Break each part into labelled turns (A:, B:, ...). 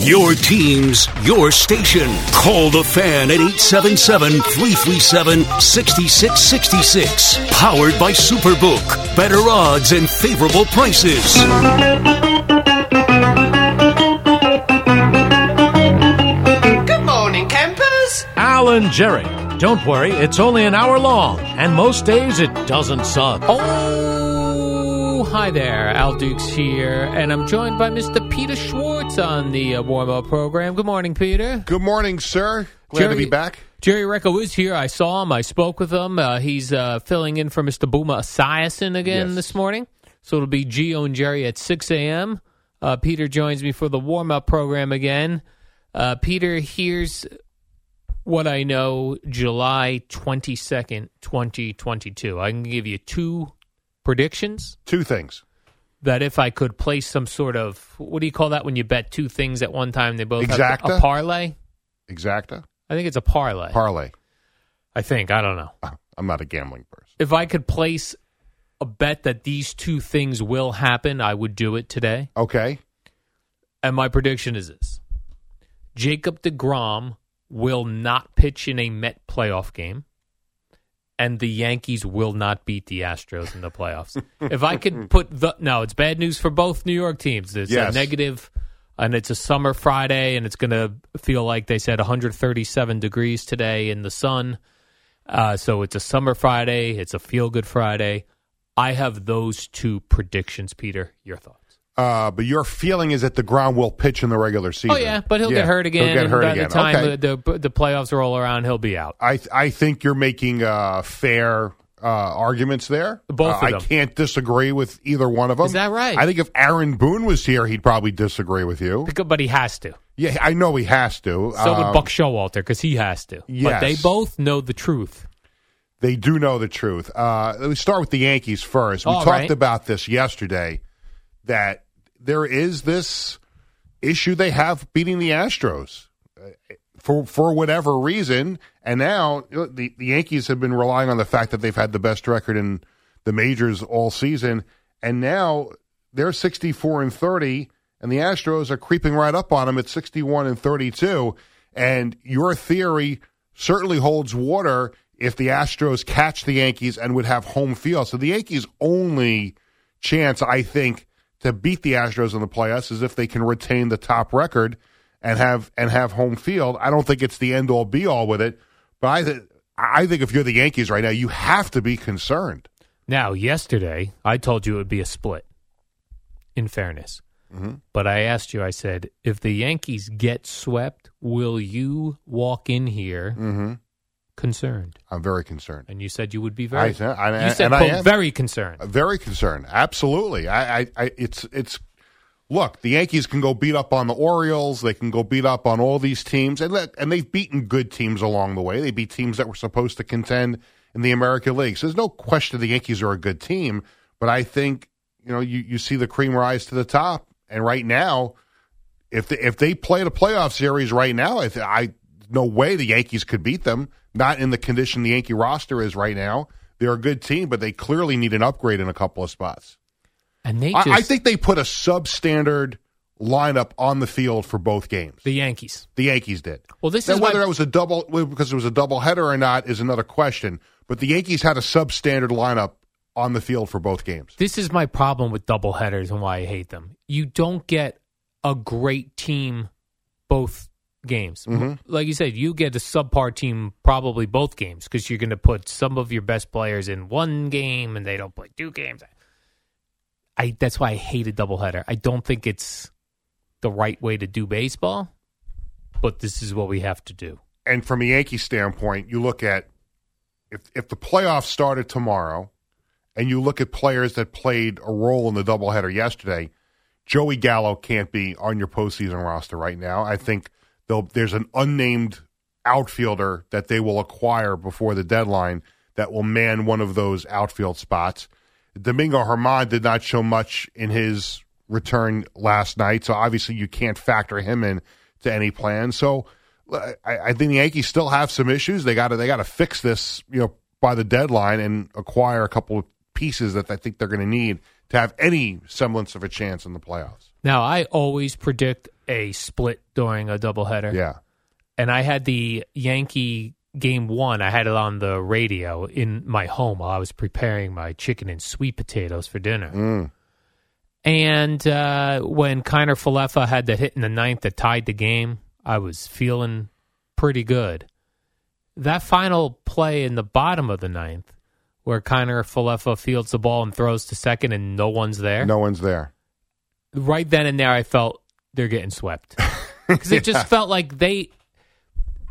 A: Your teams, your station. Call the fan at 877 337 6666. Powered by Superbook. Better odds and favorable prices.
B: Good morning, campers.
C: Alan Jerry. Don't worry, it's only an hour long, and most days it doesn't suck.
D: Oh, hi there. Al Dukes here, and I'm joined by Mr. Peter Schwartz on the uh, warm up program. Good morning, Peter.
E: Good morning, sir. Glad to be back.
D: Jerry Recco is here. I saw him, I spoke with him. Uh, he's uh, filling in for Mr. Buma Esiason again
E: Yes.
D: this morning. So it'll be Geo and Jerry at 6 a.m. Uh, Peter joins me for the warm up program again. Uh, Peter, here's what I know July 22nd, 2022. I can give you two predictions.
E: Two things.
D: that if I could place some sort of what do you call that when you bet two things at one time? They both have
E: Exacta?
D: a parlay.
E: Exacta.
D: I think it's a parlay.
E: Parlay.
D: I think I don't know.
E: Ah, I'm not a gambling person.
D: If I could place a bet that these two things will happen, I would do it today.
E: Okay.
D: And my prediction is this: Jacob Degrom will not pitch in a Met playoff game, and the Yankees will not beat the Astros in the playoffs. if I could put the no, it's bad news for both New York teams. It's
E: Yes.
D: a negative, and it's a summer Friday, and it's going to feel like they said 137 degrees today in the sun. Uh, so it's a summer Friday. It's a feel good Friday. I have those two predictions, Peter. Your thoughts?
E: Uh, but your feeling is that the ground will pitch in the regular season.
D: Oh yeah, but he'll get hurt again.
E: He'll get
D: and
E: hurt
D: by
E: again.
D: the time
E: okay.
D: the, the the playoffs roll around, he'll be out.
E: I th- I think you're making uh, fair uh, arguments there.
D: Both
E: Uh,
D: of
E: I
D: them.
E: can't disagree with either one of them.
D: Is that right?
E: I think if Aaron Boone was here, he'd probably disagree with you.
D: Because- But he has to.
E: Yeah, I know he has to.
D: So
E: Um,
D: would Buck Showalter because he has to. But
E: yes.
D: they both know the truth.
E: They do know the truth. Uh, let me start with the Yankees first. We
D: All
E: talked
D: right.
E: about this yesterday that there is this issue they have beating the Astros uh, for for whatever reason. And now you know, the, the Yankees have been relying on the fact that they've had the best record in the majors all season. And now they're 64 and 30, and the Astros are creeping right up on them at 61 and 32. And your theory certainly holds water if the Astros catch the Yankees and would have home field. So the Yankees' only chance, I think, to beat the Astros in the playoffs is if they can retain the top record and have and have home field. I don't think it's the end all be all with it, but I th- I think if you're the Yankees right now, you have to be concerned.
D: Now, yesterday, I told you it would be a split. In fairness,
E: Mm-hmm.
D: but I asked you. I said, if the Yankees get swept, will you walk in here
E: Mm-hmm.
D: concerned?
E: I'm very concerned.
D: And you said you would be very.
E: I said- I-
D: you said
E: and I
D: quote,
E: am.
D: very concerned.
E: Uh, Very concerned. Absolutely. I, I, I it's it's look, the Yankees can go beat up on the Orioles, they can go beat up on all these teams and let, and they've beaten good teams along the way. They beat teams that were supposed to contend in the American League. So there's no question the Yankees are a good team, but I think, you know, you, you see the cream rise to the top and right now if they, if they played a playoff series right now, I, th- I no way the Yankees could beat them. Not in the condition the Yankee roster is right now. They're a good team, but they clearly need an upgrade in a couple of spots.
D: And they
E: I,
D: just
E: I think they put a substandard lineup on the field for both games.
D: the Yankees.
E: The Yankees did.
D: Well, this
E: now,
D: is my-
E: whether that was a double because it was a double header or not is another question. But the Yankees had a substandard lineup on the field for both games.
D: This is my problem with doubleheaders and why I hate them. You don't get a great team both games. Like you said, you get a subpar team probably both games because you're going to put some of your best players in one game and they don't play two games. I that's why I hate a doubleheader. I don't think it's the right way to do baseball, but this is what we have to do.
E: and from a Yankee standpoint, you look at if if the playoffs started tomorrow, and you look at players that played a role in the doubleheader yesterday, Joey Gallo can't be on your postseason roster right now. I think they'll, there's an unnamed outfielder that they will acquire before the deadline that will man one of those outfield spots. Domingo Herman did not show much in his return last night, so obviously you can't factor him in to any plan. So I, I think the Yankees still have some issues. They got to they got to fix this, you know, by the deadline and acquire a couple of pieces that I think they're going to need to have any semblance of a chance in the playoffs.
D: Now, I always predict a split during a doubleheader.
E: Yeah,
D: and I had the Yankee game one. I had it on the radio in my home while I was preparing my chicken and sweet potatoes for dinner. And uh, when Kiner Falefa had that hit in the ninth that tied the game, I was feeling pretty good. That final play in the bottom of the ninth, where Kiner Falefa fields the ball and throws to second, and no one's there
E: no one's there.
D: right then and there, I felt they're getting swept because it just felt like they.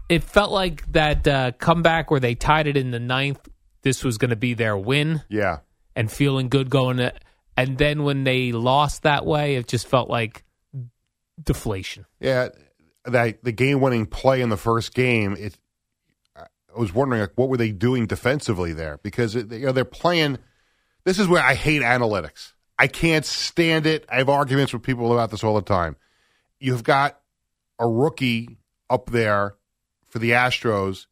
D: It felt like that uh, comeback where they tied it in the ninth. This was going to be their win,
E: Yeah,
D: and feeling good going. To, and then when they lost that way, it just felt like deflation.
E: yeah. That the game winning play in the first game. It. I was wondering like, what were they doing defensively there because it, you know they're playing. This is where I hate analytics. I can't stand it. I have arguments with people about this all the time. You've got a rookie up there for the Astros,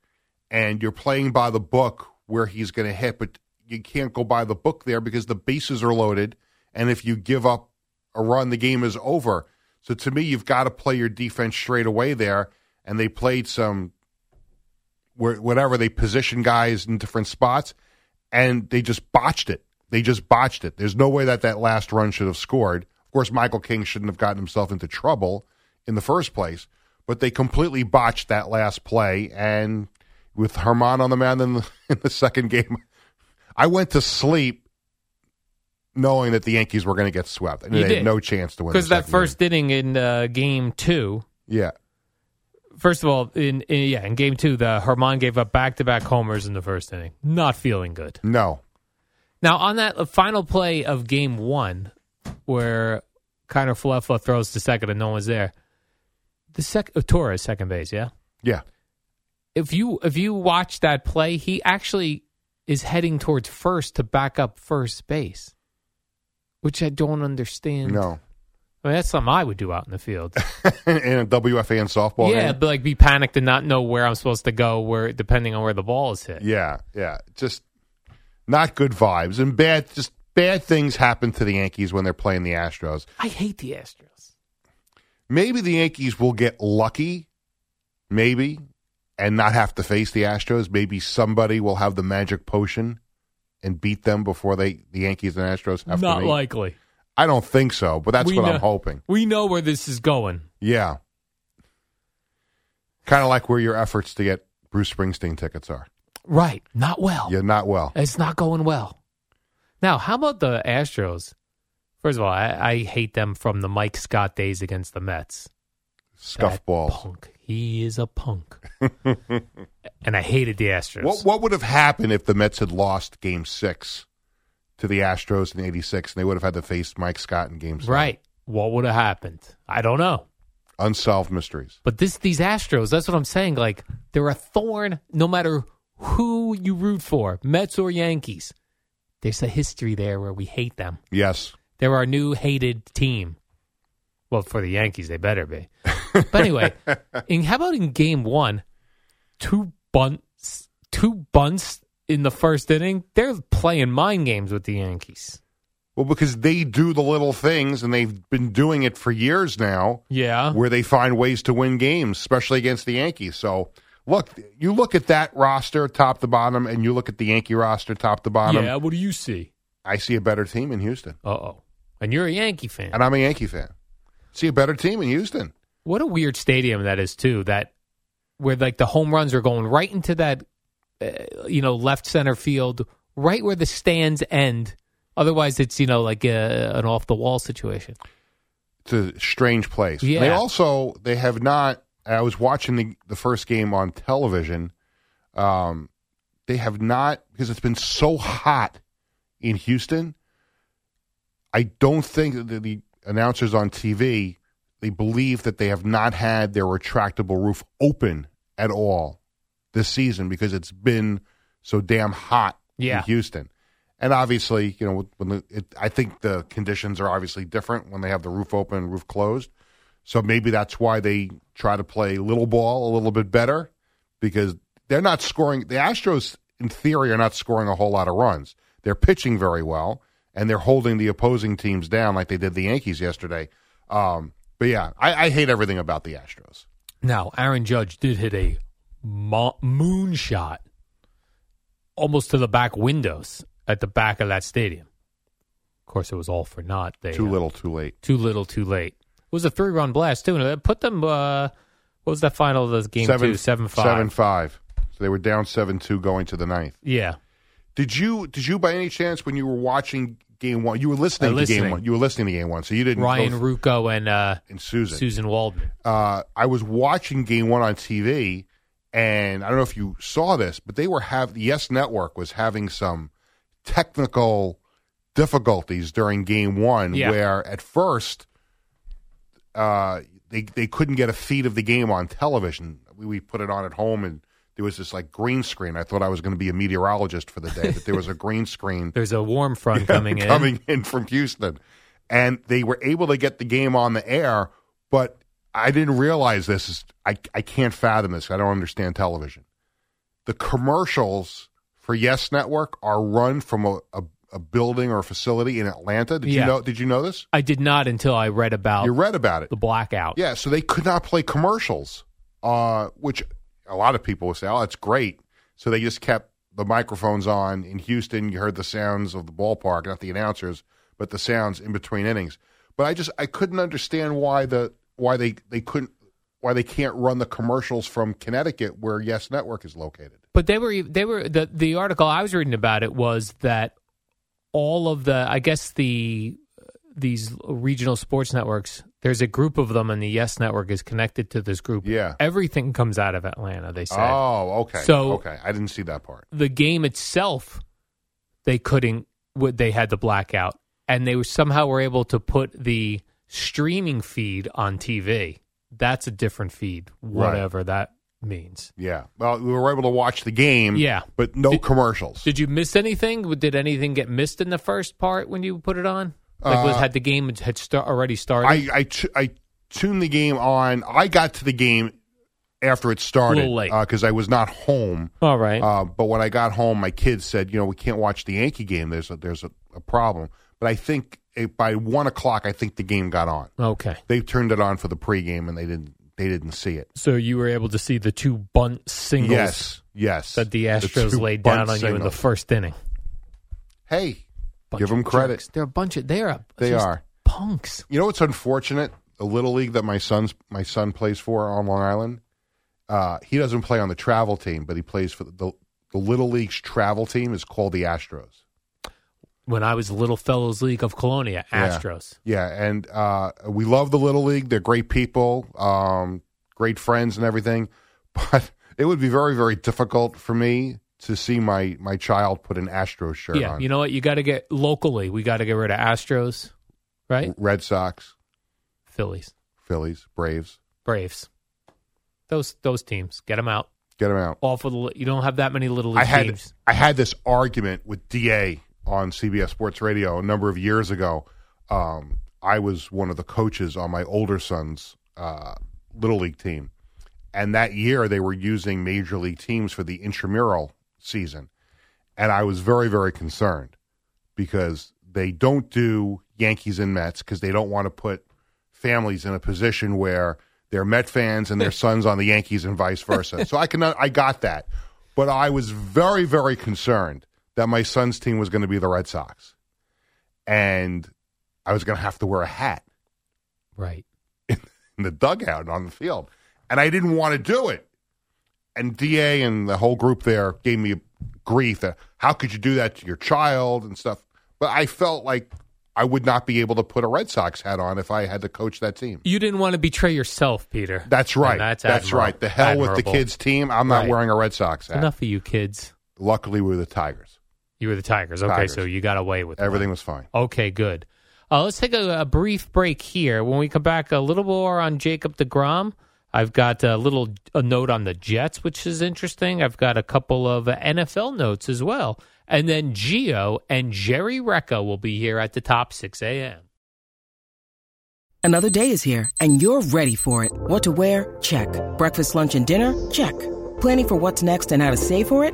E: and you're playing by the book where he's going to hit, but you can't go by the book there because the bases are loaded, and if you give up a run, the game is over. So to me, you've got to play your defense straight away there, and they played some where whatever they position guys in different spots, and they just botched it. They just botched it. There's no way that that last run should have scored. Of course, Michael King shouldn't have gotten himself into trouble in the first place, but they completely botched that last play. And with Herman on the mound in the, in the second game, I went to sleep knowing that the Yankees were going to get swept and
D: You
E: they
D: did.
E: had no chance to win the
D: Because that
E: second
D: first inning in uh, game two,
E: game. yeah.
D: first of all, in, in yeah, in game two, the Herman gave up back to back homers in the first inning. Not feeling good.
E: No.
D: Now, on that final play of game one, where Connor Falefa throws to second and no one's there, the sec- uh, Torres second base, yeah.
E: Yeah.
D: If you if you watch that play, he actually is heading towards first to back up first base, which I don't understand.
E: No.
D: I mean, that's something I would do out in the field.
E: in a WFA and softball
D: yeah,
E: game.
D: but like be panicked and not know where I'm supposed to go, where depending on where the ball is hit.
E: Yeah, yeah. Just not good vibes and bad just bad things happen to the Yankees when they're playing the Astros.
D: I hate the Astros.
E: Maybe the Yankees will get lucky, maybe, and not have to face the Astros. Maybe somebody will have the magic potion and beat them before they the Yankees and Astros have
D: not
E: to meet.
D: likely.
E: I don't think so, but that's
D: We
E: what
D: know-
E: I'm hoping.
D: We know where this is going.
E: Yeah. Kind of like where your efforts to get Bruce Springsteen tickets are.
D: Right. Not well.
E: Yeah, not well.
D: It's not going well. Now, how about the Astros? First of all, I, I hate them from the Mike Scott days against the Mets. That
E: Scuff balls.
D: Punk. He is a punk. and I hated the Astros.
E: What what would have happened if the Mets had lost Game Six to the Astros in '86, and they would have had to face Mike Scott in Game Six?
D: right. What would have happened? I don't know.
E: Unsolved mysteries.
D: But this these Astros, that's what I'm saying. Like they're a thorn no matter who you root for, Mets or Yankees. There's a history there where we hate them.
E: Yes.
D: They're our new hated team. Well, for the Yankees, they better be. But anyway, in, how about in Game One, two bunts, two bunts in the first inning? They're playing mind games with the Yankees.
E: Well, because they do the little things, and they've been doing it for years now,
D: Yeah,
E: where they find ways to win games, especially against the Yankees. So, look, you look at that roster, top to bottom, and you look at the Yankee roster, top to bottom.
D: yeah. What do you see?
E: I see a better team in Houston,
D: Uh oh. And you're a Yankee fan.
E: and I'm a Yankee fan. See a better team in Houston.
D: What a weird stadium that is too. That where like the home runs are going right into that, uh, you know, left center field, right where the stands end. Otherwise, it's you know like a, an off the wall situation.
E: It's a strange place.
D: Yeah.
E: They also they have not. I was watching the the first game on television. Um, they have not because it's been so hot in Houston. I don't think that the, the announcers on TV they believe that they have not had their retractable roof open at all this season because it's been so damn hot
D: Yeah.
E: in Houston. And obviously, you know, when the, it, I think the conditions are obviously different when they have the roof open and roof closed. So maybe that's why they try to play little ball a little bit better because they're not scoring. The Astros, in theory, are not scoring a whole lot of runs. They're pitching very well and they're holding the opposing teams down like they did the Yankees yesterday. Um, but yeah, I, I hate everything about the Astros.
D: Now, Aaron Judge did hit a mo- moonshot almost to the back windows at the back of that stadium. Of course, it was all for naught. They
E: Too
D: uh,
E: little, too late.
D: too little, too late. It was a three run blast too, and it put them. Uh, what was that final of the game? two seven five.
E: seven five. So they were down seven two going to the ninth.
D: Yeah,
E: Did you did you by any chance when you were watching game one you were listening
D: Uh,
E: to
D: listening.
E: game one you were listening to game one so you didn't
D: Ryan
E: go-
D: Rucco and uh,
E: and Susan
D: Susan Waldman.
E: uh, I was watching game one on TV, and I don't know if you saw this, but they were have the Yes Network was having some technical difficulties during game one,
D: Yeah.
E: where at first uh, they they couldn't get a feed of the game on television. We, we put it on at home, and there was this like green screen. I thought I was going to be a meteorologist for the day, but there was a green screen
D: There's a warm front coming in.
E: coming in from Houston. And they were able to get the game on the air, but I didn't realize this. Is, I, I can't fathom this. I don't understand television. The commercials for Yes Network are run from a, a, a building or a facility in Atlanta. Did
D: Yeah.
E: you know? Did you know this?
D: I did not until I read about
E: You read about it.
D: the blackout.
E: Yeah, so they could not play commercials, uh, which a lot of people would say, oh, that's great. So they just kept the microphones on. In Houston, you heard the sounds of the ballpark, not the announcers, but the sounds in between innings. But I just I couldn't understand why the why they, they couldn't why they can't run the commercials from Connecticut where Yes Network is located.
D: But they were e, they were the the article I was reading about it was that all of the I guess the these regional sports networks there's a group of them and the Yes network is connected to this group.
E: Yeah.
D: Everything comes out of Atlanta, they said.
E: Oh, okay.
D: So-
E: okay, I didn't see that part.
D: The game itself they couldn't would they had the blackout and they were somehow were able to put the streaming feed on TV. That's a different feed,
E: Right.
D: whatever that means.
E: Yeah. Well, we were able to watch the game.
D: Yeah.
E: But no
D: Did-
E: commercials.
D: Did you miss anything? Did anything get missed in the first part when you put it on? Like, was,
E: Uh,
D: had the game had start, already started?
E: I I, tu- I tuned the game on. I got to the game after it started
D: Little late.
E: because I was not home.
D: All right.
E: Uh, but when I got home, my kids said, "You know, we can't watch the Yankee game. There's a, there's a, a problem." But I think it, by one o'clock, I think the game got on.
D: okay.
E: They turned it on for the pregame, and they didn't they didn't see it.
D: So you were able to see the two bunt singles
E: Yes, yes.
D: that the Astros
E: two
D: laid
E: bunt
D: down on you in the
E: signals.
D: first inning.
E: Hey,
D: Bunch
E: Give 'em
D: of
E: credit.
D: jerks. They're a bunch of they're a,
E: They
D: just
E: are.
D: punks.
E: you know what's unfortunate? The little league that my son's my son plays for on Long Island. Uh, he doesn't play on the travel team, but he plays for the the little league's travel team is called the Astros.
D: When I was Little Fellows League of Colonia, Astros.
E: Yeah, and uh, we love the little league. They're great people, um, great friends, and everything. But it would be very very difficult for me to see my my child put an Astros shirt
D: yeah.
E: on.
D: You know what? You got to get locally. We got to get rid of Astros, right?
E: Red Sox,
D: Phillies,
E: Phillies, Braves,
D: Braves. Those those teams. Get them out.
E: get them out.
D: off of the. li- You don't have that many little league
E: I had
D: teams.
E: I had this argument with Da on CBS Sports Radio a number of years ago. Um, I was one of the coaches on my older son's uh, little league team, and that year they were using major league teams for the intramural season, and I was very very concerned because they don't do Yankees and Mets because they don't want to put families in a position where they're Met fans and their sons on the Yankees and vice versa. So I can I got that, but I was very very concerned that my son's team was going to be the Red Sox, and I was going to have to wear a hat
D: Right.
E: in the dugout and on the field, and I didn't want to do it. And Da and the whole group there gave me grief that how could you do that to your child and stuff. But I felt like I would not be able to put a Red Sox hat on if I had to coach that team.
D: You didn't want to betray yourself, Peter.
E: That's right.
D: And
E: That's,
D: admir-
E: right. The hell with the
D: admirable.
E: kids team. I'm not
D: Right.
E: wearing a Red Sox hat.
D: Enough of you kids.
E: Luckily, we were the Tigers.
D: You were the Tigers. Okay,
E: Tigers.
D: so you got away with
E: Everything
D: one.
E: was fine.
D: Okay, good. Uh, let's take a, a brief break here. When we come back, a little more on Jacob DeGrom. I've got a little a note on the Jets, which is interesting. I've got a couple of uh, NFL notes as well. And then Geo and Jerry Recco will be here at the top 6 a.m.
F: Another day is here, and you're ready for it. What to wear? Check. Breakfast, lunch, and dinner? Check. Planning for what's next and how to save for it?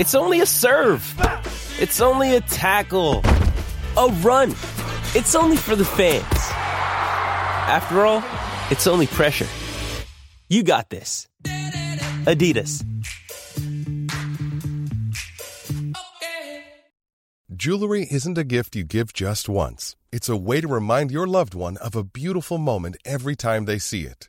G: It's only a serve. It's only a tackle, a run. It's only for the fans. After all, it's only pressure. You got this. Adidas.
H: Jewelry isn't a gift you give just once. It's a way to remind your loved one of a beautiful moment every time they see it.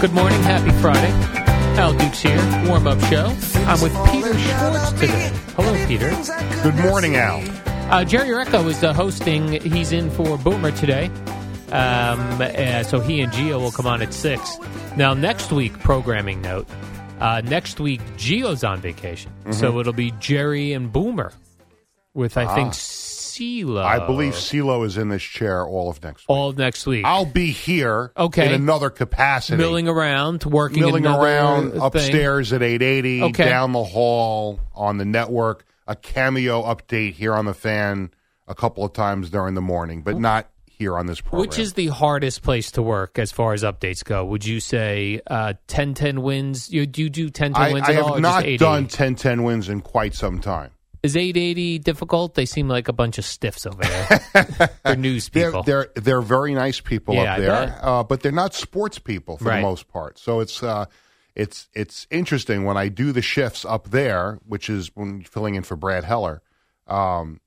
D: Good morning. Happy Friday. Al Dukes here. Warm up show. I'm with Peter Schwartz today. Hello, Peter.
E: Good morning, Al.
D: Uh, Jerry Recco is uh, hosting. He's in for Boomer today. Um, uh, so he and Gio will come on at 6. Now, next week, programming note. Uh, next week, Gio's on vacation.
E: Mm-hmm.
D: So it'll be Jerry and Boomer with, I think, CeeLo.
E: Ah. I believe CeeLo is in this chair all of next week.
D: All next week.
E: I'll be here
D: Oh. Okay.
E: in another capacity.
D: milling around, working
E: milling
D: another
E: around
D: thing.
E: upstairs at 880,
D: Okay.
E: down the hall on the network, a cameo update here on the fan a couple of times during the morning, but not here on this
D: Oh.
E: program.
D: Which is the hardest place to work as far as updates go? Would you say uh, 10 10 wins? You, do you do 10 10
E: I,
D: wins
E: I
D: at all?
E: have
D: or just
E: not
D: 880?
E: done 10-10 wins in quite some time.
D: Is 880 difficult? They seem like a bunch of stiffs over there. They're news
E: They're,
D: people.
E: they're they're very nice people
D: Yeah,
E: up
D: I
E: there,
D: bet.
E: uh, but they're not sports people for
D: Right.
E: the most part. So it's uh, it's it's interesting when I do the shifts up there, which is when filling in for Brad Heller. Um,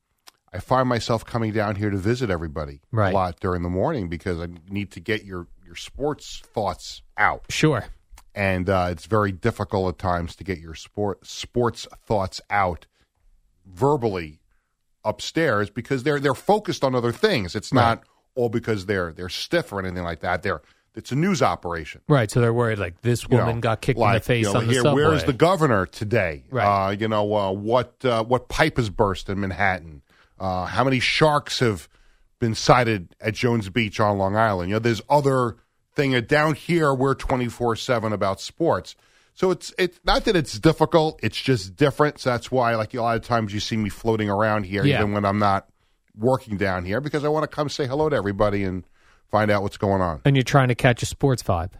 E: I find myself coming down here to visit everybody
D: Right.
E: a lot during the morning because I need to get your your sports thoughts out,
D: sure.
E: and uh, it's very difficult at times to get your sport sports thoughts out verbally upstairs because they're they're focused on other things. It's not all because they're they're stiff or anything like that. They're it's a news operation.
D: Right. So they're worried like this
E: you know,
D: woman got kicked in
E: like,
D: the face
E: you know,
D: on the
E: here,
D: subway.
E: Where's the governor today?
D: Right.
E: Uh, you know uh, what uh, what pipe has burst in Manhattan? Uh, how many sharks have been sighted at Jones Beach on Long Island? You know, there's other thing uh, down here. We're twenty four seven about sports. So it's it's not that it's difficult. It's just different. So that's why, like a lot of times, you see me floating around here,
D: Yeah.
E: even when I'm not working down here, because I want to come say hello to everybody and find out what's going on.
D: and you're trying to catch a sports vibe,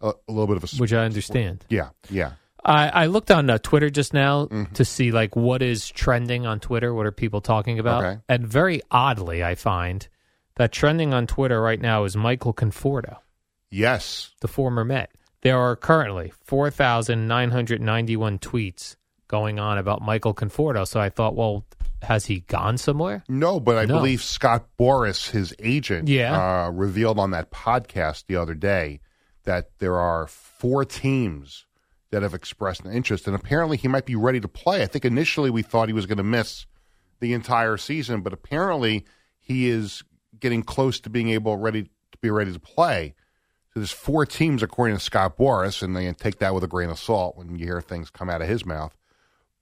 E: A, a little bit of a sp-
D: which I understand.
E: yeah, yeah.
D: I, I looked on uh, Twitter just now
E: Mm-hmm.
D: to see like what is trending on Twitter. What are people talking about?
E: Okay.
D: And very oddly, I find that trending on Twitter right now is Michael Conforto,
E: Yes.
D: the former Met. There are currently four thousand nine hundred ninety-one tweets going on about Michael Conforto. So I thought, well, has he gone somewhere?
E: No, but I
D: No.
E: believe Scott Boris, his agent,
D: Yeah.
E: uh, revealed on that podcast the other day that there are four teams that have expressed an interest, and apparently he might be ready to play. I think initially we thought he was going to miss the entire season, but apparently he is getting close to being able ready to be ready to play. So there's four teams according to Scott Boris, and they take that with a grain of salt when you hear things come out of his mouth.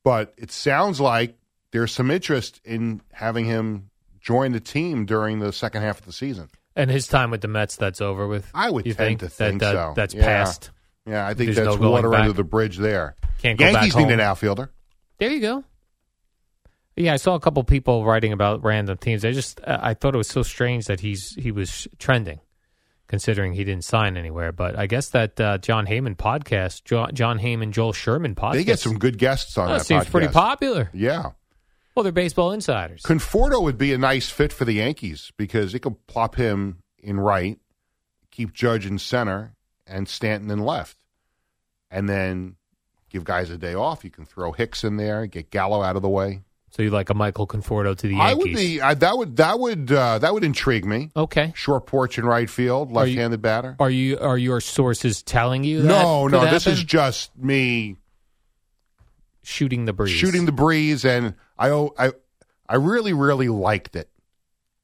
E: But it sounds like there's some interest in having him join the team during the second half of the season.
D: And his time with the Mets, that's over with.
E: I would
D: you think
E: tend to
D: That-
E: think
D: that-
E: so.
D: That's
E: Yeah.
D: past.
E: Yeah, I think
D: There's
E: that's
D: no going
E: water under
D: back.
E: the bridge there.
D: Can't go back
E: Yankees need
D: home.
E: an outfielder.
D: There you go. Yeah, I saw a couple people writing about random teams. I just uh, I thought it was so strange that he's he was trending, considering he didn't sign anywhere. But I guess that uh, John Heyman podcast, John, John Heyman, Joel Sherman podcast, Oh,
E: They get some good guests on
D: that,
E: that.
D: seems pretty
E: podcast.
D: popular.
E: Yeah.
D: Well, they're baseball insiders.
E: Conforto would be a nice fit for the Yankees because they could plop him in right, keep Judge in center, and Stanton in left. And then give guys a day off. You can throw Hicks in there, get Gallo out of the way.
D: So you like a Michael Conforto to the
E: I
D: Yankees?
E: would be I, that would that would uh, that would intrigue me.
D: okay.
E: Short porch in right field,
D: Are you-
E: left-handed batter.
D: Are you are your sources telling you? That
E: No,
D: could
E: no, this is
D: happen?
E: just me
D: shooting the breeze.
E: shooting the breeze, and I I I really really liked it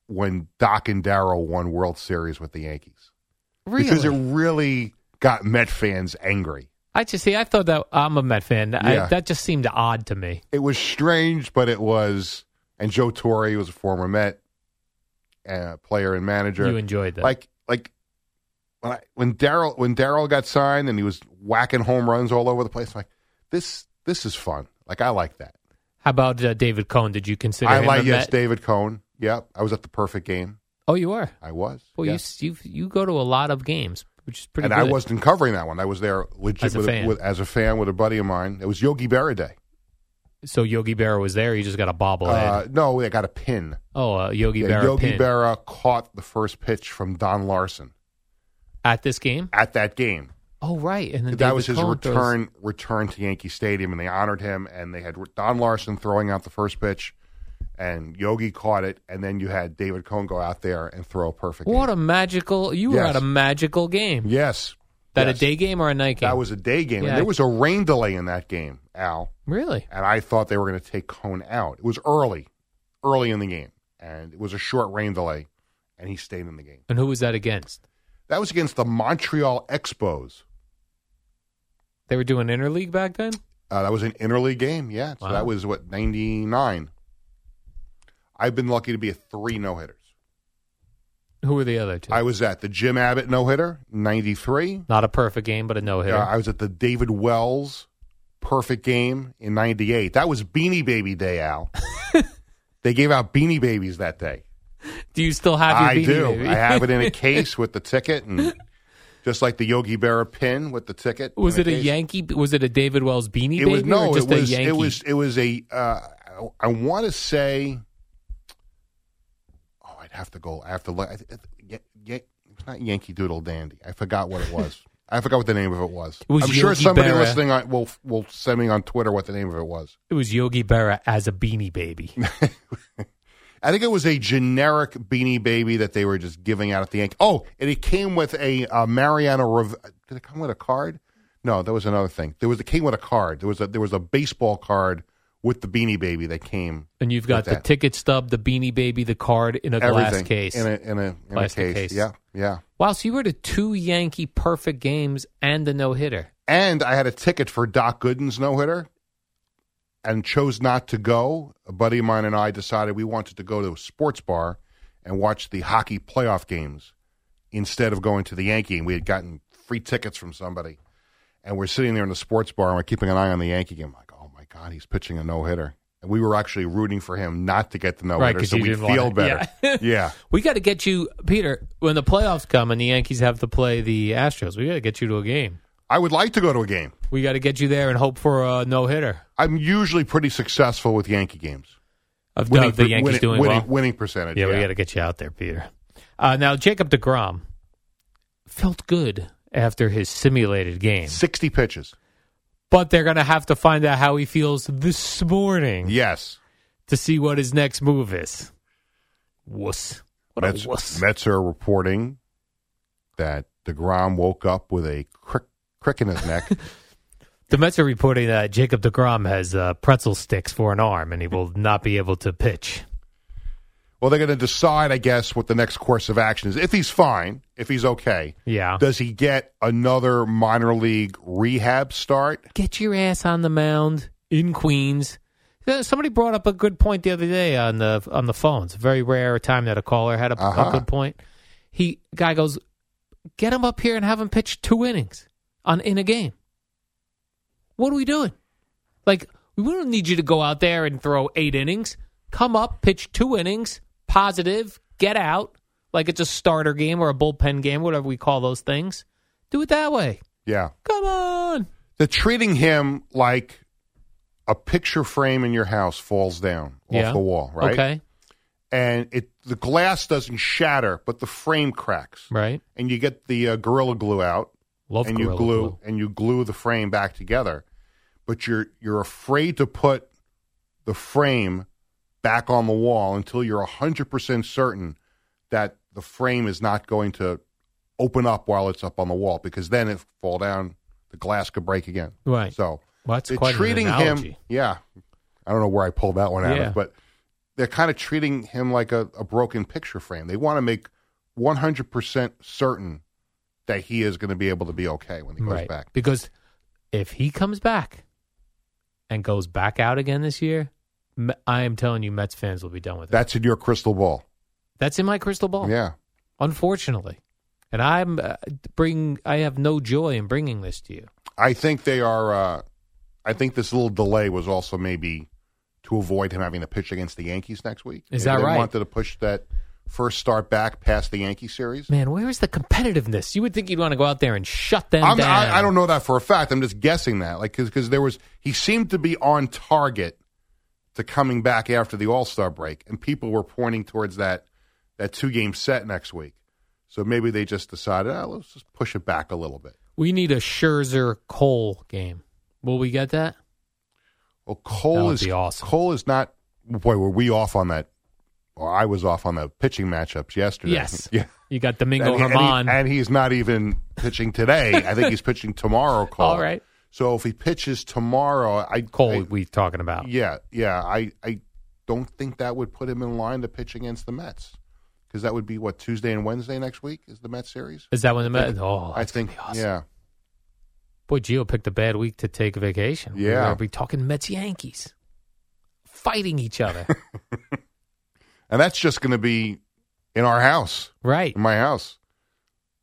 E: when Doc and Darrow won World Series with the Yankees
D: really?
E: because it really got Met fans angry.
D: I just see. I thought that I'm a Met fan. I-
E: Yeah.
D: that just seemed odd to me.
E: It was strange, but it was. And Joe Torre was a former Met uh, player and manager.
D: You enjoyed that,
E: like like when I, when Daryl when Daryl got signed and he was whacking home runs all over the place. Like this this is fun. Like I like that.
D: How about uh, David Cohn? Did you consider
E: I
D: him
E: like
D: a
E: yes,
D: Met?
E: David Cohn. Yep, I was at the perfect game.
D: Oh, you are.
E: I was.
D: Well,
E: yes.
D: you you you go to a lot of games, which is pretty.
E: and
D: good.
E: I wasn't covering that one. I was there legit
D: As a
E: with,
D: fan.
E: with as a fan with a buddy of mine. It was Yogi Berra day.
D: So Yogi Berra was there. You just got a bobblehead.
E: Uh, no, they got a pin.
D: oh, uh, Yogi
E: Yeah,
D: Berra
E: Yogi
D: pin.
E: Berra caught the first pitch from Don Larson
D: at this game.
E: at that game.
D: Oh, right. And then
E: that
D: David
E: was his
D: Cohn
E: return return to Yankee Stadium, and they honored him. And they had Don Larson throwing out the first pitch, and Yogi caught it, and then you had David Cohn go out there and throw a
D: Throws.
E: perfect.
D: What
E: game.
D: a magical! You were
E: Yes.
D: at a magical game.
E: yes!
D: That
E: yes.
D: a day game or a night game?
E: That was a day game,
D: Yeah.
E: and there was a rain delay in that game, Al.
D: really.
E: And I thought they were going to take Cohn out. It was early, early in the game, and it was a short rain delay, and he stayed in the game.
D: And who was that against?
E: That was against the Montreal Expos.
D: They were doing interleague back then.
E: Uh, that was an interleague game, yeah. So
D: Wow.
E: that was what ninety nine. I've been lucky to be at three no hitters.
D: Who were the other two?
E: I was at the Jim Abbott no hitter ninety three.
D: Not a perfect game, but a no hitter.
E: I was at the David Wells perfect game in ninety eight. That was Beanie Baby Day, Al. they gave out Beanie Babies that day.
D: do you still have your
E: I
D: Beanie
E: do.
D: Baby?
E: I have it in a case with the ticket, and just like the Yogi Berra pin with the ticket.
D: was
E: in
D: it a
E: case.
D: Yankee? Was it a David Wells Beanie
E: it
D: Baby?
E: was no
D: or just
E: it was
D: a Yankee?
E: it was it was a uh, I- i want to say oh i'd have to go i have to look I, I, Yan- Yan- it's not yankee doodle dandy i forgot what it was i forgot what the name of it was,
D: It was
E: i'm sure
D: Yogi
E: somebody
D: Berra.
E: listening on, will will send me on twitter what the name of it was
D: It was Yogi Berra as a Beanie Baby.
E: i think it was a generic beanie baby that they were just giving out at the yankee oh and it came with a uh, mariana Rev- did it come with a card no that was another thing there was it came with a card there was a there was a baseball card with the beanie baby that came
D: And you've got
E: With
D: the
E: that.
D: ticket stub, the Beanie Baby, the card in a glass
E: Everything.
D: case.
E: in a in a, in a
D: Plastic
E: case.
D: case.
E: Yeah, yeah.
D: wow, so you were to two Yankee perfect games and a no hitter.
E: And I had a ticket for Doc Gooden's no hitter, and chose not to go. A buddy of mine and I decided we wanted to go to a sports bar and watch the hockey playoff games instead of going to the Yankee. And we had gotten free tickets from somebody, and we're sitting there in the sports bar and we're keeping an eye on the Yankee game. Like, oh my god, he's pitching a no hitter. And we were actually rooting for him not to get the no hitter,
D: Right, 'cause
E: so
D: you
E: we
D: didn't want
E: feel
D: it.
E: better.
D: Yeah.
E: yeah.
D: We got to get you, Peter, when the playoffs come and the Yankees have to play the Astros, we got to get you to a game.
E: I would like to go to a game.
D: We got to get you there and hope for a no hitter.
E: I'm usually pretty successful with Yankee games.
D: Of
E: Winning-
D: of the Yankees
E: winning-
D: doing
E: winning,
D: well.
E: winning percentage.
D: Yeah, we got to get you out there, Peter. Uh, now, Jacob DeGrom felt good after his simulated game,
E: sixty pitches.
D: but they're going to have to find out how he feels this morning.
E: Yes,
D: to see what his next move is. Wuss. What
E: Mets,
D: a wuss.
E: Mets are reporting that DeGrom woke up with a crick, crick in his neck.
D: The Mets are reporting that Jacob DeGrom has uh, pretzel sticks for an arm and he will not be able to pitch.
E: well, they're going to decide, I guess, what the next course of action is. If he's fine, if he's okay,
D: Yeah.
E: does he get another minor league rehab start?
D: Get your ass on the mound in Queens. Uh, Somebody brought up a good point the other day on the on the phones. Very rare time that a caller had a, a
E: Uh-huh.
D: good point. He guy goes, get him up here and have him pitch two innings on in a game. What are we doing? Like we don't need you to go out there and throw eight innings. Come up, pitch two innings, positive, get out. Like it's a starter game or a bullpen game, whatever we call those things. Do it that way.
E: Yeah.
D: Come on.
E: They're treating him like a picture frame in your house falls down
D: Yeah.
E: off the wall, right?
D: Okay.
E: And it the glass doesn't shatter, but the frame cracks,
D: Right.
E: and you get the uh, gorilla glue out,
D: Love
E: and you
D: Gorilla
E: glue, and you glue the frame back together. But you're you're afraid to put the frame back on the wall until you're hundred percent certain that the frame is not going to open up while it's up on the wall because then if it fall down, the glass could break again.
D: Right.
E: So
D: Well, that's
E: they're
D: quite an
E: treating him.
D: analogy.
E: Yeah, I don't know where I pulled that one out
D: Yeah.
E: of, but they're kind of treating him like a, a broken picture frame. They want to make one hundred percent certain that he is going to be able to be okay when he goes
D: right.
E: back.
D: Because if he comes back and goes back out again this year, Me- I am telling you, Mets fans will be done with it.
E: That's in your crystal ball.
D: That's in my crystal ball.
E: Yeah,
D: Unfortunately, and I'm uh, bring. I have no joy in bringing this to you.
E: I think they are. Uh, I think this little delay was also maybe to avoid him having to pitch against the Yankees next week.
D: Is
E: Maybe
D: that
E: they
D: right?
E: Wanted to push that first start back past the Yankee series.
D: Man, where is the competitiveness? You would think you'd want to go out there and uh, shut them
E: I'm,
D: down.
E: I, I don't know that for a fact. I'm just guessing that, like, because there was he seemed to be on target to coming back after the All Star break, and people were pointing towards that that two game set next week. So maybe they just decided, ah, let's just push it back a little bit.
D: We need a Scherzer Cole game. Will we get that?
E: Well,
D: That
E: Cole
D: would
E: is
D: be awesome.
E: Cole is not. Boy, were we off on that? Or I was off on the pitching matchups yesterday.
D: Yes.
E: yeah.
D: You got Domingo
E: he-
D: Herman.
E: and he's not even pitching today. I think he's pitching tomorrow. Cole.
D: All right.
E: So if he pitches tomorrow, I
D: Cole,
E: I-
D: we talking about?
E: Yeah, yeah. I, I don't think that would put him in line to pitch against the Mets because that would be what Tuesday and Wednesday next week is the Mets series.
D: Is that when the Mets? Oh,
E: I think yeah.
D: Boy, Gio picked a bad week to take a vacation.
E: Yeah.
D: We're be talking Mets Yankees fighting each other.
E: And that's just going to be in our house,
D: right.
E: in my house.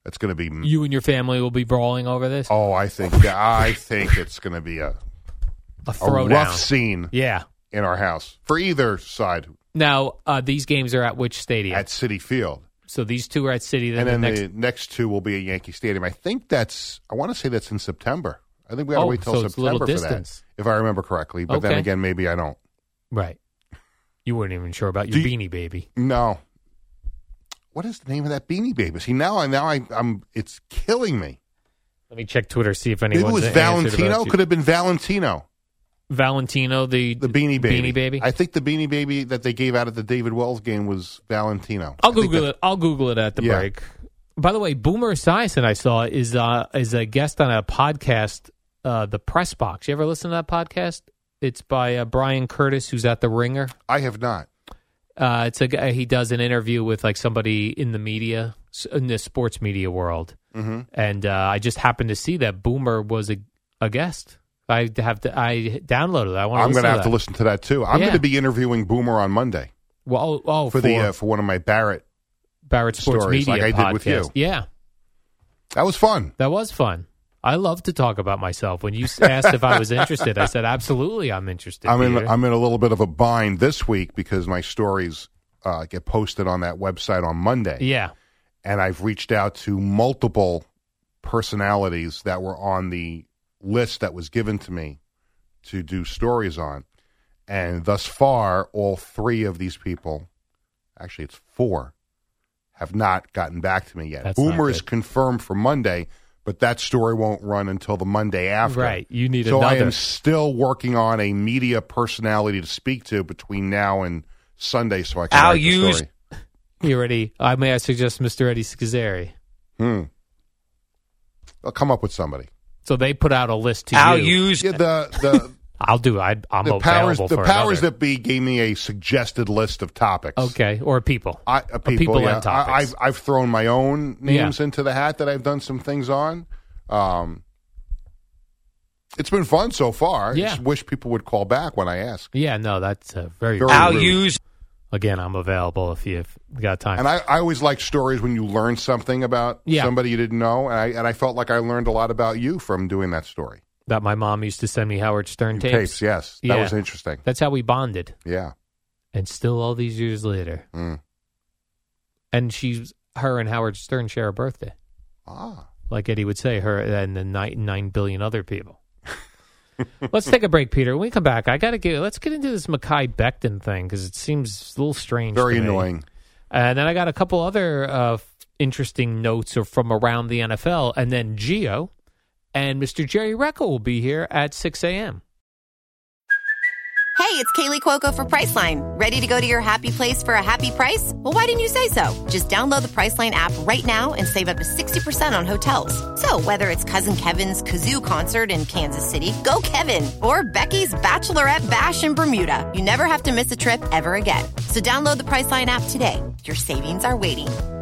E: That's going to be.
D: You and your family will be brawling over this.
E: oh, I think I think it's going to be
D: a
E: a, a rough
D: throwdown.
E: scene
D: Yeah.
E: in our house for either side
D: Now, uh, these games are at which stadium?
E: at City Field.
D: so these two are at City. Then,
E: and then
D: the next.
E: the next two will be at Yankee Stadium. I think that's. I want to say that's in September. I think we got to
D: Oh,
E: wait till
D: so it's a
E: September
D: little
E: for
D: distance.
E: that, if I remember correctly. But
D: Okay.
E: then again, maybe I don't.
D: right. You weren't even sure about
E: Do
D: your
E: you-
D: beanie baby.
E: No. What is the name of that Beanie Baby? See now, I now I, I'm. It's killing me.
D: Let me check Twitter, see if
E: Maybe
D: anyone.
E: it was Valentino. Could have been Valentino,
D: Valentino, the,
E: the Beanie Baby.
D: Beanie Baby?
E: I think the Beanie Baby that they gave out at the David Wells game was Valentino.
D: I'll
E: I think
D: Google
E: that-
D: it. I'll Google it at the
E: Yeah.
D: break. By the way, Boomer Esiason I saw is uh, is a guest on a podcast, uh, the Press Box. You ever listen to that podcast? It's by uh, Brian Curtis, who's at the Ringer.
E: I have not.
D: Uh, it's a guy. He does an interview with like somebody in the media, s- in the sports media world,
E: Mm-hmm.
D: and uh, I just happened to see that Boomer was a, a guest. I have to. I downloaded. It. I want.
E: I'm
D: going
E: going to have to listen to that too. I'm
D: Yeah.
E: going to be interviewing Boomer on Monday
D: Well, oh, oh,
E: for, the uh, for one of my Barrett.
D: Barrett Sports
E: stories,
D: Media
E: like I did with you.
D: podcast. Yeah.
E: That was fun.
D: That was fun. I love to talk about myself. When you s- asked if I was interested, I said, absolutely, I'm interested.
E: I'm in
D: Peter."
E: I'm in a little bit of a bind this week because my stories uh, get posted on that website on Monday,
D: yeah.
E: and I've reached out to multiple personalities that were on the list that was given to me to do stories on, and thus far, all three of these people, actually, it's four, have not gotten back to me yet.
D: That's not
E: Boomer is
D: good.
E: confirmed for Monday, but that story won't run until the Monday after.
D: Right. You need
E: so I
D: another.
E: am still working on a media personality to speak to between now and Sunday, so I can
D: Al
E: write the
D: Hughes.
E: story.
D: You already. I may I suggest Mr. Eddie Scazzeri.
E: Hmm. I'll come up with somebody.
D: So they put out a list to
E: Al
D: you.
E: Yeah, the the
D: I'll do. I, I'm
E: the powers
D: available
E: the
D: for
E: powers
D: another.
E: that be gave me a suggested list of topics.
D: Okay, or people.
E: I, uh, people, yeah.
D: and topics.
E: I, I've I've thrown my own names
D: Yeah.
E: into the hat that I've done some things on. Um, it's been fun so far. I
D: Yeah.
E: just wish people would call back when I ask.
D: yeah, no, that's uh, very.
E: Very Al rude.
D: Again, I'm available if you've got time.
E: And I, I always like stories when you learn something about
D: Yeah.
E: somebody you didn't know, and I and I felt like I learned a lot about you from doing that story.
D: that my mom used to send me Howard Stern tapes.
E: Tapes, yes, that
D: Yeah.
E: was interesting.
D: That's how we bonded,
E: Yeah,
D: and still all these years later.
E: Mm.
D: And she's her and Howard Stern share a birthday,
E: ah,
D: like Eddie would say. Her and the nine nine billion other people. let's take a break, Peter. When we come back, I got to get. Let's get into this Mackay Becton thing because it seems a little strange.
E: very
D: to me.
E: annoying.
D: And then I got a couple other uh, f- interesting notes or from around the NFL. And then Geo and Mr. Jerry Recco will be here at 6 a.m.
I: Hey, it's Kaylee Cuoco for Priceline. Ready to go to your happy place for a happy price? Well, why didn't you say so? Just download the Priceline app right now and save up to 60% on hotels. So, whether it's Cousin Kevin's Kazoo concert in Kansas City, go Kevin, or Becky's Bachelorette Bash in Bermuda, you never have to miss a trip ever again. So, download the Priceline app today. Your savings are waiting.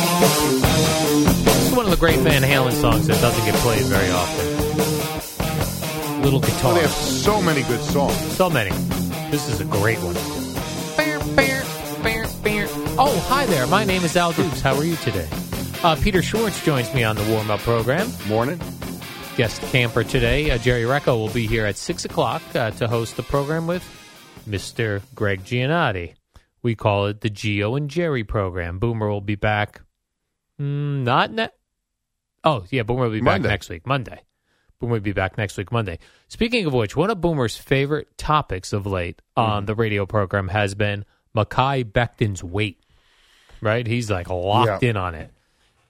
D: This is one of the great Van Halen songs that doesn't get played very often. Little guitar.
E: They have so many good songs.
D: So many. This is a great one. Oh, hi there. My name is Al Dukes. How are you today? Uh, Peter Schwartz joins me on the warm up program.
E: Morning.
D: Guest camper today, uh, Jerry Recco, will be here at 6 o'clock uh, to host the program with Mr. Greg Giannotti. We call it the Geo and Jerry program. Boomer will be back. Mm, not ne- Oh, yeah, Boomer will be
E: Monday.
D: back next week, Monday. Boomer will be back next week, Monday. Speaking of which, one of Boomer's favorite topics of late on the radio program has been Mackay Becton's weight, right? He's like locked
J: Yeah.
D: in on it.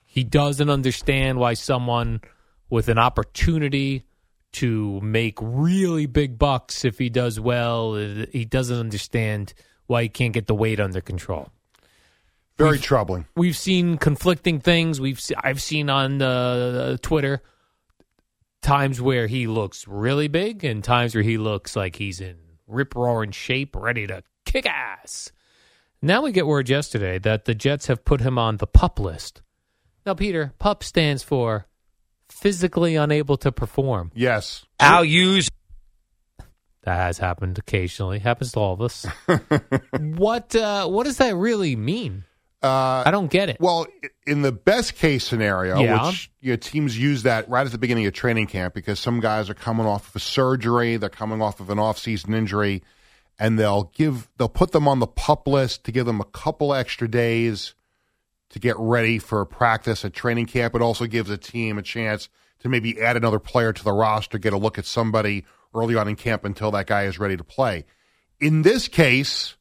D: He doesn't understand why someone with an opportunity to make really big bucks if he does well, uh, he doesn't understand why he can't get the weight under control.
E: Very troubling.
D: We've seen conflicting things. We've se- I've seen on uh, Twitter times where he looks really big and times where he looks like he's in rip roaring shape, ready to kick ass. Now we get word yesterday that the Jets have put him on the pup list. Now, Peter, pup stands for physically unable to perform.
E: Yes.
D: Al use that has happened occasionally. Happens to all of us. what uh, What does that really mean?
E: Uh, I
D: don't get it.
E: Well, i- in the best case scenario,
D: Yeah.
E: which you know, teams use that right at the beginning of training camp because some guys are coming off of a surgery, they're coming off of an off-season injury, and they'll give they'll put them on the pup list to give them a couple extra days to get ready for practice at training camp. It also gives a team a chance to maybe add another player to the roster, get a look at somebody early on in camp until that guy is ready to play. In this case,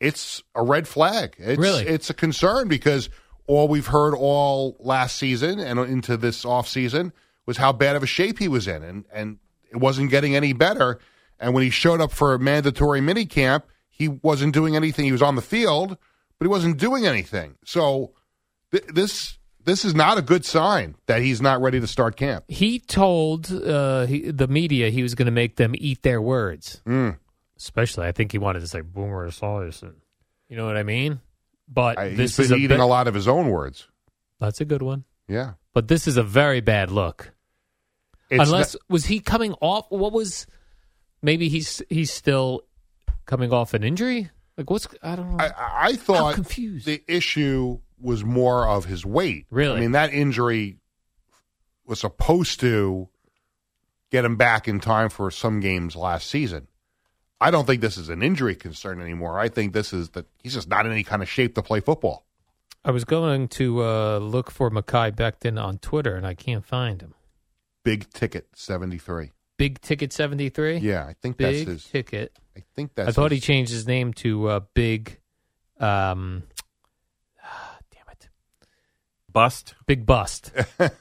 E: it's a red flag. It's,
D: Really?
E: It's a concern because all we've heard all last season and into this offseason was how bad of a shape he was in, and, and it wasn't getting any better. And when he showed up for a mandatory minicamp, he wasn't doing anything. He was on the field, but he wasn't doing anything. So th- this this is not a good sign that he's not ready to start camp.
D: He told uh, he, the media he was going to make them eat their words.
E: Mm.
D: Especially, I think he wanted to say Boomer Esiason. You know what I mean? But
E: I-
D: this
E: he's
D: is a
E: been eating
D: bit-
E: a lot of his own words.
D: That's a good one.
E: Yeah.
D: But this is a very bad look.
E: It's
D: Unless was he coming off? What was? Maybe he's he's still coming off an injury. Like what's? I don't know.
E: I, I thought the issue was more of his weight. Really? I mean, that injury was supposed to get him back in time for some games last season. I don't think this is an injury concern anymore. I think this is that he's just not in any kind of shape to play football.
D: I was going to uh, look for Mackay Becton on Twitter, and I can't find him.
E: Big ticket 73.
D: Big Ticket seventy three.
E: Yeah, I think that's
D: Big
E: his-
D: Ticket.
E: I think that's
D: I thought
E: his-
D: he changed his name to uh, Big. Um,
J: Bust.
D: Big bust.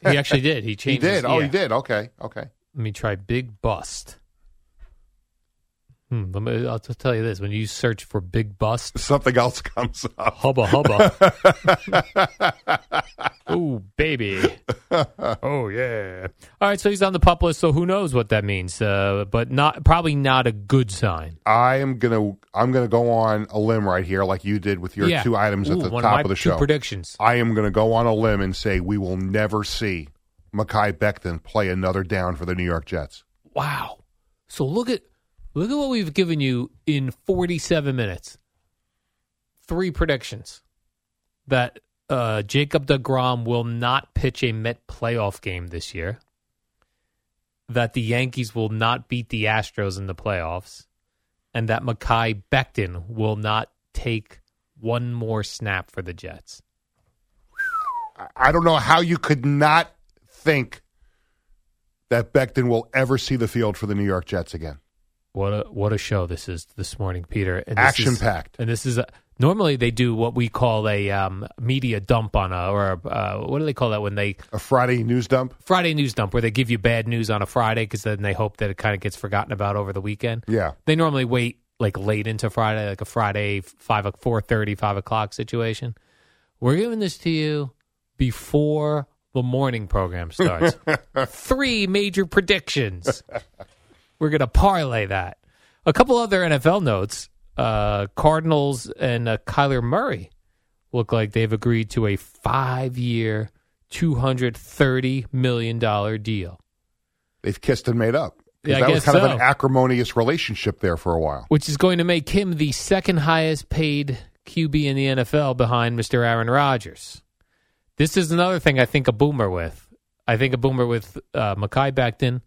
D: he actually did. He changed.
E: He
D: his-
E: did. Oh,
D: yeah.
E: he did. Okay. Okay.
D: Let me try big bust. Hmm, let me, I'll just tell you this: when you search for big bust,
E: something else comes up.
D: Hubba hubba. Ooh, baby. Oh yeah. All right, so he's on the pup list. So who knows what that means? Uh, but not probably not a good sign.
E: I am gonna I'm gonna go on a limb right here, like you did with your
D: Yeah.
E: two items
D: Ooh,
E: at the
D: one of
E: top
D: my
E: of the
D: two
E: show.
D: predictions.
E: I am gonna go on a limb and say we will never see Mackay Becton play another down for the New York Jets.
D: Wow. So look at look at what we've given you in 47 minutes. Three predictions that uh, Jacob DeGrom will not pitch a Met playoff game this year. That the Yankees will not beat the Astros in the playoffs, and that Mackay Becton will not take one more snap for the Jets.
E: I- I don't know how you could not think that Becton will ever see the field for the New York Jets again.
D: What a what a show this is this morning, Peter. And this is-
E: Action-packed.
D: And this is a, normally they do what we call a um, media dump on a or a, uh, what do they call that when they
E: a Friday news dump?
D: Friday news dump where they give you bad news on a Friday because then they hope that it kind of gets forgotten about over the weekend.
E: Yeah.
D: They normally wait like late into Friday, like a Friday five o- 4:30, 5 o'clock situation. We're giving this to you before the morning program starts. Three major predictions. We're going to parlay that. A couple other NFL notes: uh, Cardinals and uh, Kyler Murray look like they've agreed to a five-year, two hundred thirty million dollar deal.
E: They've kissed and made up. 'Cause
D: Yeah, I
E: that was
D: guess
E: kind of
D: so.
E: an acrimonious relationship there for a while.
D: which is going to make him the second highest paid QB in the NFL behind Mr. Aaron Rodgers. This is another thing I think a boomer with. I think a boomer with uh, Mackay Becton,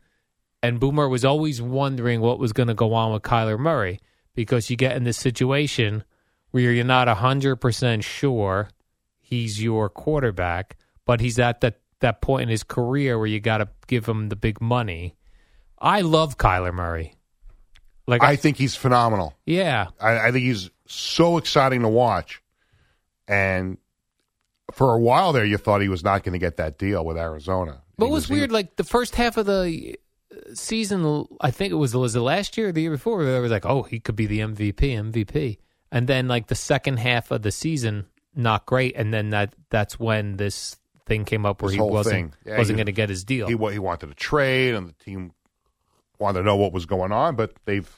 D: and Boomer was always wondering what was going to go on with Kyler Murray because you get in this situation where you're not 100% sure he's your quarterback, but he's at that, that point in his career where you got to give him the big money. I love Kyler Murray. Like
E: I think he's phenomenal.
D: Yeah.
E: I, I think he's so exciting to watch. And for a while there, you thought he was not going to get that deal with Arizona.
D: But it was weird, like the first half of the uh, season, I think it was was it last year or the year before, where it was like, oh, he could be the MVP, MVP, and then like the second half of the season, not great, and then that that's when this thing came up where
E: This
D: he
E: whole
D: wasn't
E: thing. Yeah,
D: wasn't
E: he-
D: going to get his deal.
E: He, wa- he wanted to trade, and the team wanted to know what was going on, but they've.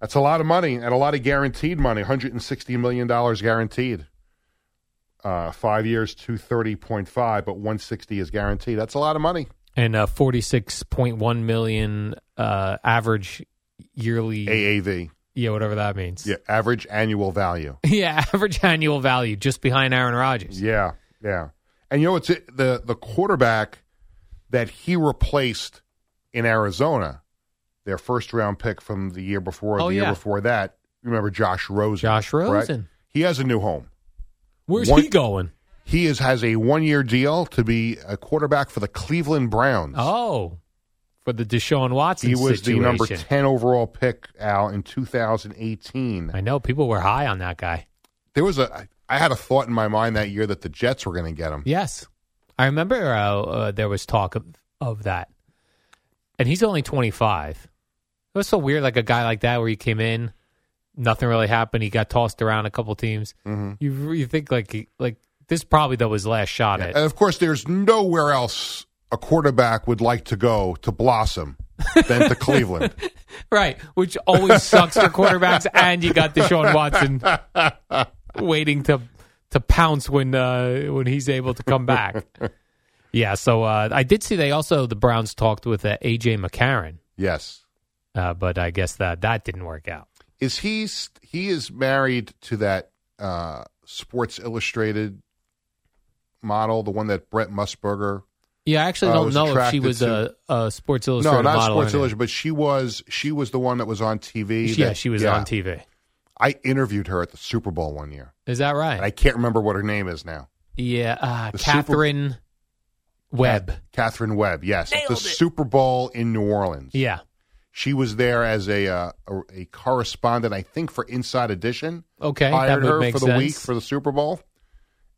E: That's a lot of money and a lot of guaranteed money, $160 million guaranteed. Uh, five years, 230.5, but 160 is guaranteed. That's a lot of money.
D: and uh, forty six point one million uh, average yearly
E: AAV.
D: Yeah, whatever that means.
E: Yeah, average annual value.
D: yeah, average annual value just behind Aaron Rodgers.
E: Yeah, yeah. And you know, it's the the quarterback that he replaced in Arizona, their first round pick from the year before,
D: Oh,
E: the year
D: yeah.
E: before that. Remember Josh Rosen?
D: Josh
E: correct?
D: Rosen.
E: He has a new home.
D: Where's
E: One-
D: he going?
E: He is has a one year deal to be a quarterback for the Cleveland Browns.
D: Oh, for the Deshaun Watson.
E: he was
D: situation.
E: the number ten overall pick, Al, in 2018.
D: I know people were high on that guy.
E: There was a. I- I had a thought in my mind that year that the Jets were going to get him.
D: Yes, I remember uh, uh, there was talk of, of that, and he's only twenty five. It was so weird, like a guy like that, where he came in, nothing really happened. He got tossed around a couple teams.
E: Mm-hmm.
D: You you think like he- like this probably though was last shot at.
E: And of course, there's nowhere else a quarterback would like to go to blossom than to Cleveland.
D: Right, which always sucks for quarterbacks, and you got Deshaun Watson waiting to to pounce when uh, when he's able to come back. Yeah, so uh, I did see they also the Browns talked with uh, AJ McCarron,
E: Yes.
D: uh, but I guess that that didn't work out.
E: Is he st- he is married to that uh, Sports Illustrated model, the one that Brett Musburger?
D: Yeah, I actually
E: uh,
D: don't
E: was
D: know if she
E: attracted
D: was
E: to?
D: a, a Sports
E: no,
D: Illustrated
E: not
D: model. or
E: Sports
D: anything.
E: Illustrated, but she was she was the one that was on TV.
D: Yeah,
E: that-
D: she was
E: yeah.
D: on TV.
E: I interviewed her at the Super Bowl one year.
D: Is that right?
E: And I can't remember what her name is now.
D: yeah, uh,
E: The Super-
D: Catherine Webb.
E: Catherine Webb, yes. the Super Bowl in New Orleans.
D: Yeah.
E: She was there as a, uh, a a correspondent, I think, for Inside Edition.
D: Okay,
E: hired
D: that would
E: her
D: make
E: for the
D: sense.
E: week for the Super Bowl,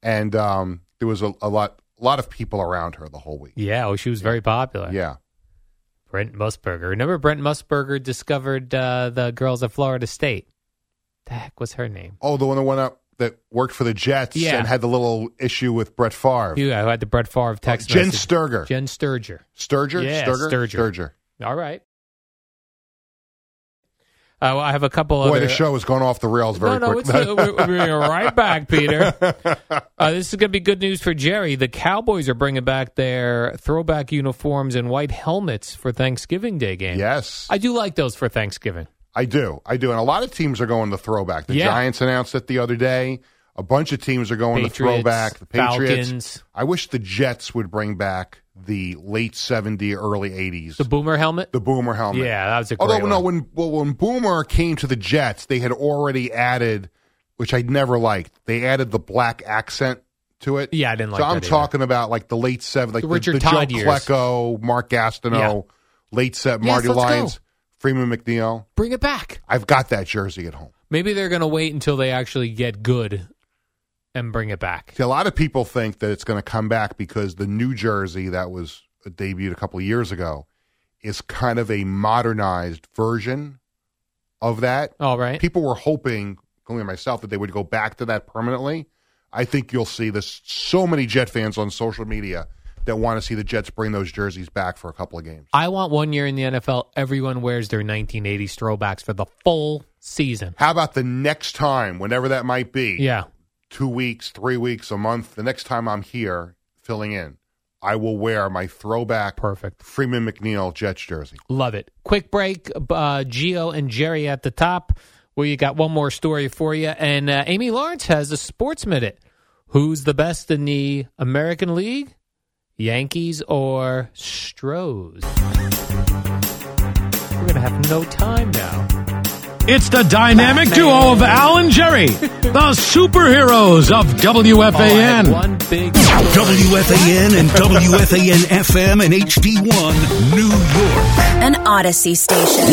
E: and um, there was a, a lot a lot of people around her the whole week.
D: Yeah, oh, she was very popular.
E: Yeah,
D: Brent Musburger. Remember Brent Musburger discovered uh, the girls at Florida State. The heck was her name?
E: Oh, the one that went up that worked for the Jets
D: Yeah.
E: and had the little issue with Brett Favre.
D: Yeah, who had the Brett Favre text
E: Jen
D: message.
E: Sturger.
D: Jen Sturger.
E: Sturger?
D: Yeah,
E: Sturger?
D: Sturger.
E: Sturger.
D: All right. Uh, well, I have a couple
E: Boy,
D: other.
E: the show has gone off the rails very
D: no, no,
E: quick.
D: it's good. We're, we're bringing it right back, Peter. Uh, this is going to be good news for Jerry. The Cowboys are bringing back their throwback uniforms and white helmets for Thanksgiving Day game.
E: Yes.
D: I do like those for Thanksgiving.
E: I do. I do. And a lot of teams are going to throwback. The
D: Yeah.
E: Giants announced it the other day. A bunch of teams are going to
D: Patriots,
E: throwback. The Patriots.
D: Falcons.
E: I wish the Jets would bring back the late 70, early 80s.
D: The boomer helmet.
E: The boomer helmet.
D: Yeah, that was a great
E: Although, no,
D: one.
E: when, well, when Boomer came to the Jets, they had already added, which I never liked, they added the black accent to it.
D: Yeah, I didn't like
E: So I'm
D: that either.
E: talking about like the late 70s, like
D: The Richard
E: the, the
D: Todd
E: Joe
D: years.
E: Klecko, Mark Gastineau, late 70s,
D: Yes,
E: Marty
D: let's go.
E: Lyons, Freeman McNeil.
D: Bring it back.
E: I've got that jersey at home.
D: Maybe they're going to wait until they actually get good and bring it back.
E: See, a lot of people think that it's going to come back because the new jersey that was uh, debuted a couple of years ago is kind of a modernized version of that.
D: All right.
E: People were hoping, including myself, that they would go back to that permanently. I think you'll see this. So many Jet fans on social media that want to see the Jets bring those jerseys back for a couple of games.
D: I want one year in the NFL, everyone wears their 1980s throwbacks for the full season.
E: How about the next time, whenever that might be?
D: Yeah.
E: two weeks, three weeks, a month, the next time I'm here filling in, I will wear my throwback
D: perfect
E: Freeman McNeil Jets jersey.
D: Love it. Quick break. Uh, Geo and Jerry at the top. We got one more story for you. And uh, Amy Lawrence has a sports minute. Who's the best in the American League? Yankees or Stros? We're going to have no time now.
C: It's the dynamic duo of Al and Jerry, the superheroes of WFAN.
D: One big
C: WFAN
J: and WFAN FM and HD1, New York.
K: An Odyssey station.